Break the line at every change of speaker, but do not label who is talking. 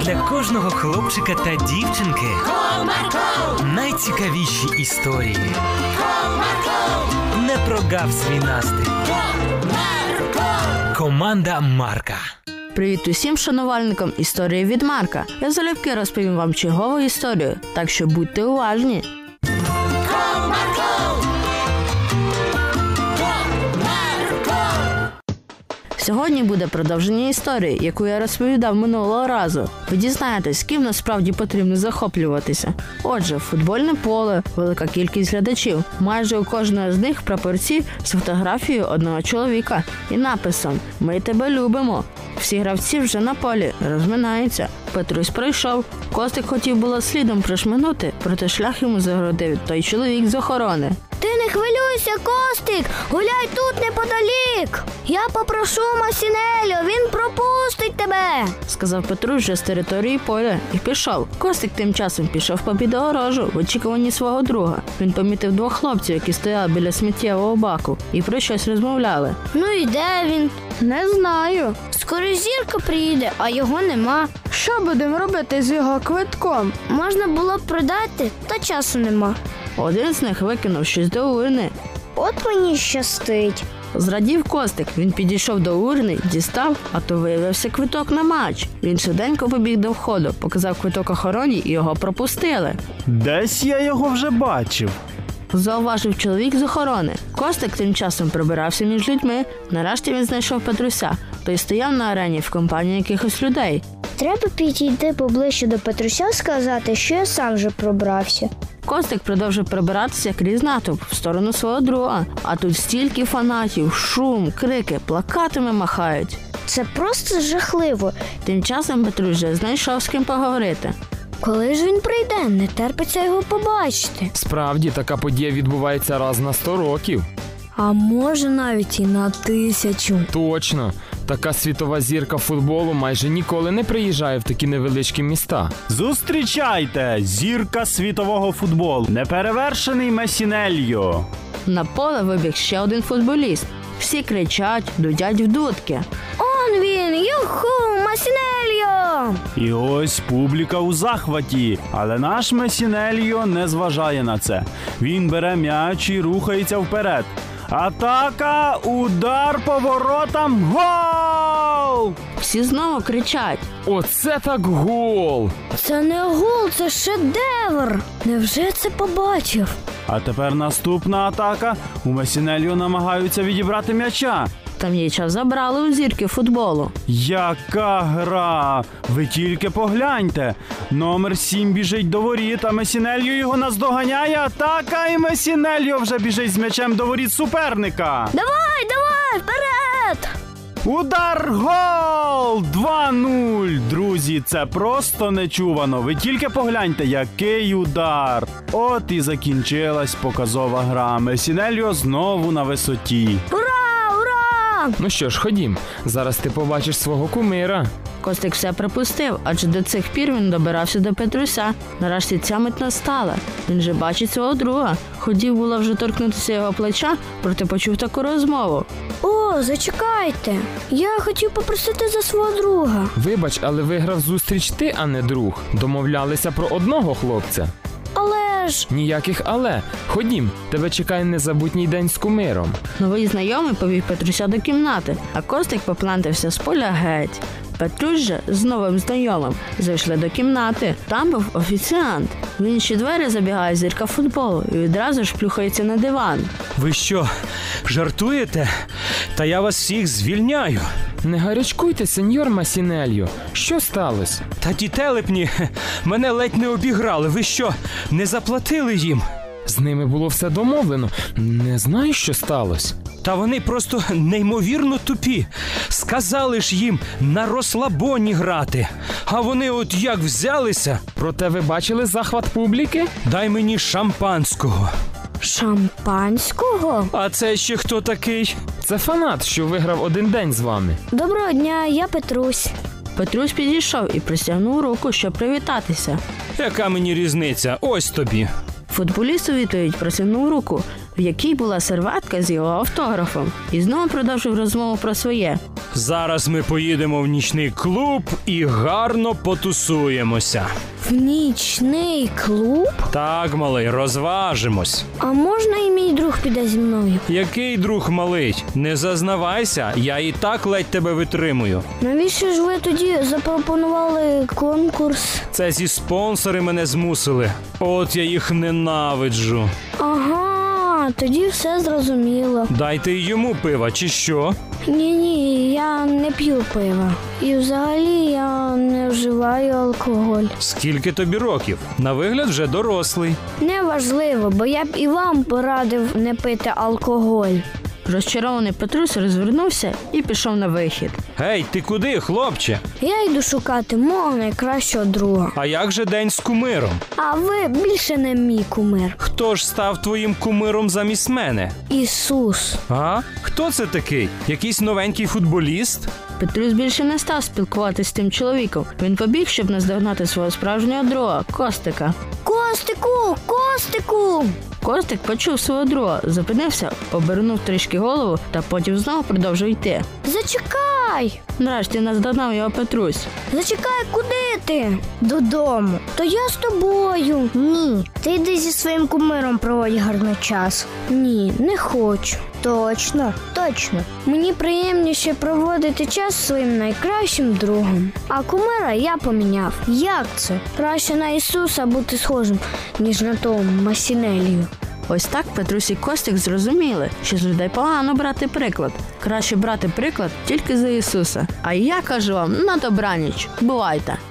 для кожного хлопчика та дівчинки найцікавіші історії. Не прогав свій настрій. Команда Марка.
Привіт усім шанувальникам історії від Марка. Я залюбки розповім вам чергову історію, так що будьте уважні. Сьогодні буде продовження історії, яку я розповідав минулого разу. Ви дізнаєтесь, ким насправді потрібно захоплюватися. Отже, футбольне поле, велика кількість глядачів. Майже у кожного з них прапорці з фотографією одного чоловіка і написом Ми тебе любимо. Всі гравці вже на полі розминаються. Петрусь прийшов. Костик хотів було слідом прошминути, проте шлях йому загородив той чоловік з охорони.
Ти не хвилюйся, Костик, гуляй тут неподалік. Я попрошу Масінельо, він пропустить тебе.
сказав Петрусь вже з території поля і пішов. Костик тим часом пішов по підгорожу в очікуванні свого друга. Він помітив двох хлопців, які стояли біля сміттєвого баку, і про щось розмовляли.
Ну і де він? Не знаю. Скоро зірка приїде, а його нема.
Що будемо робити з його квитком?
Можна було б продати, та часу нема.
Один з них викинув щось до урни.
От мені щастить.
Зрадів Костик. Він підійшов до урни, дістав, а то виявився квиток на матч. Він швиденько побіг до входу, показав квиток охороні і його пропустили.
Десь я його вже бачив.
Зауважив чоловік з охорони. Костик тим часом пробирався між людьми. Нарешті він знайшов Петруся. Той стояв на арені в компанії якихось людей.
Треба підійти поближче до Петруся сказати, що я сам вже пробрався.
Костик продовжив пробиратися крізь натовп в сторону свого друга. А тут стільки фанатів, шум, крики, плакатами махають.
Це просто жахливо.
Тим часом Петрусь вже знайшов з ким поговорити.
Коли ж він прийде, не терпиться його побачити.
Справді така подія відбувається раз на 100 років.
А може навіть і на тисячу.
Точно, така світова зірка футболу майже ніколи не приїжджає в такі невеличкі міста.
Зустрічайте! Зірка світового футболу. Неперевершений Месінельо.
На поле вибіг ще один футболіст. Всі кричать, дудять в дудки.
Он він, юху, Масінельо!
І ось публіка у захваті. Але наш Месінельо не зважає на це. Він бере м'яч і рухається вперед. Атака, удар по воротам. Гол!
Всі знову кричать.
Оце так гол!
Це не гол, це шедевр. Невже це побачив?
А тепер наступна атака. У Месінельо намагаються відібрати м'яча.
Там м'яча забрали у зірки футболу.
Яка гра! Ви тільки погляньте. Номер 7 біжить до воріт, а Месінельо його наздоганяє. Атака і Месінельо вже біжить з м'ячем до воріт суперника.
Давай, давай, вперед!
Удар гол! 2-0! Друзі, це просто нечувано. Ви тільки погляньте, який удар! От і закінчилась показова гра. Месінельо знову на висоті.
Ура, ура!
Ну що ж, ходім, зараз ти побачиш свого кумира.
Костик все припустив, адже до цих пір він добирався до Петруся. Нарешті ця мить настала. Він же бачить свого друга. Хотів було вже торкнутися його плеча, проте почув таку розмову.
О, зачекайте. Я хотів попросити за свого друга.
Вибач, але виграв зустріч ти, а не друг. Домовлялися про одного хлопця.
Але ж
Ніяких але. Ходім, тебе чекає незабутній день з кумиром.
Новий знайомий повів Петруся до кімнати, а Костик поплантався з поля геть. Петрусь же з новим знайомим зайшли до кімнати. Там був офіціант. В інші двері забігає зірка футболу і відразу ж плюхається на диван.
Ви що, жартуєте? Та я вас всіх звільняю.
Не гарячкуйте, сеньор Масінельо. Що сталося?
Та ті телепні хе, мене ледь не обіграли. Ви що, не заплатили їм?
З ними було все домовлено. Не знаю, що сталося.
Та вони просто неймовірно тупі. Сказали ж їм на розслабоні грати. А вони от як взялися,
Проте ви бачили захват публіки?
дай мені шампанського.
шампанського?
А це ще хто такий?
Це фанат, що виграв один день з вами.
Доброго дня, я Петрусь.
Петрусь підійшов і простягнув руку, щоб привітатися.
Яка мені різниця? Ось тобі.
Футболіст у відповідь протягнув руку, в якій була серветка з його автографом, і знову продовжив розмову про своє.
Зараз ми поїдемо в нічний клуб і гарно потусуємося.
В нічний клуб?
Так, малий, розважимось.
А можна і мій друг піде зі мною?
Який друг малий? Не зазнавайся, я і так ледь тебе витримую.
Навіщо ж ви тоді запропонували конкурс?
Це зі спонсори мене змусили. От я їх ненавиджу.
Ага, тоді все зрозуміло.
Дайте й йому пива, чи що?
Ні, ні, я не п'ю пива. І взагалі я не вживаю алкоголь.
Скільки тобі років? На вигляд вже дорослий.
Неважливо, бо я б і вам порадив не пити алкоголь.
Розчарований Петрус розвернувся і пішов на вихід.
Гей, ти куди, хлопче?
Я йду шукати мого найкращого друга.
А як же день з кумиром?
А ви більше не мій кумир.
Хто ж став твоїм кумиром замість мене?
Ісус.
А? Хто це такий? Якийсь новенький футболіст?
Петрус більше не став спілкуватися з тим чоловіком. Він побіг, щоб наздогнати свого справжнього друга Костика.
Костику, костику.
Костик почув свого друга, зупинився, обернув трішки голову та потім знову продовжив йти.
Зачекай.
Нарешті наздогнав його Петрусь.
Зачекай, куди ти? Додому. То я з тобою. Ні. Ти йди зі своїм кумиром проводь гарний час. Ні, не хочу. Точно, точно. Мені приємніше проводити час зі своїм найкращим другом. А кумира я поміняв. Як це? Краще на Ісуса бути схожим, ніж на того Масінелію.
Ось так Петрусь і Костик зрозуміли, що з людей погано брати приклад. Краще брати приклад тільки за Ісуса. А я кажу вам на добраніч. Бувайте!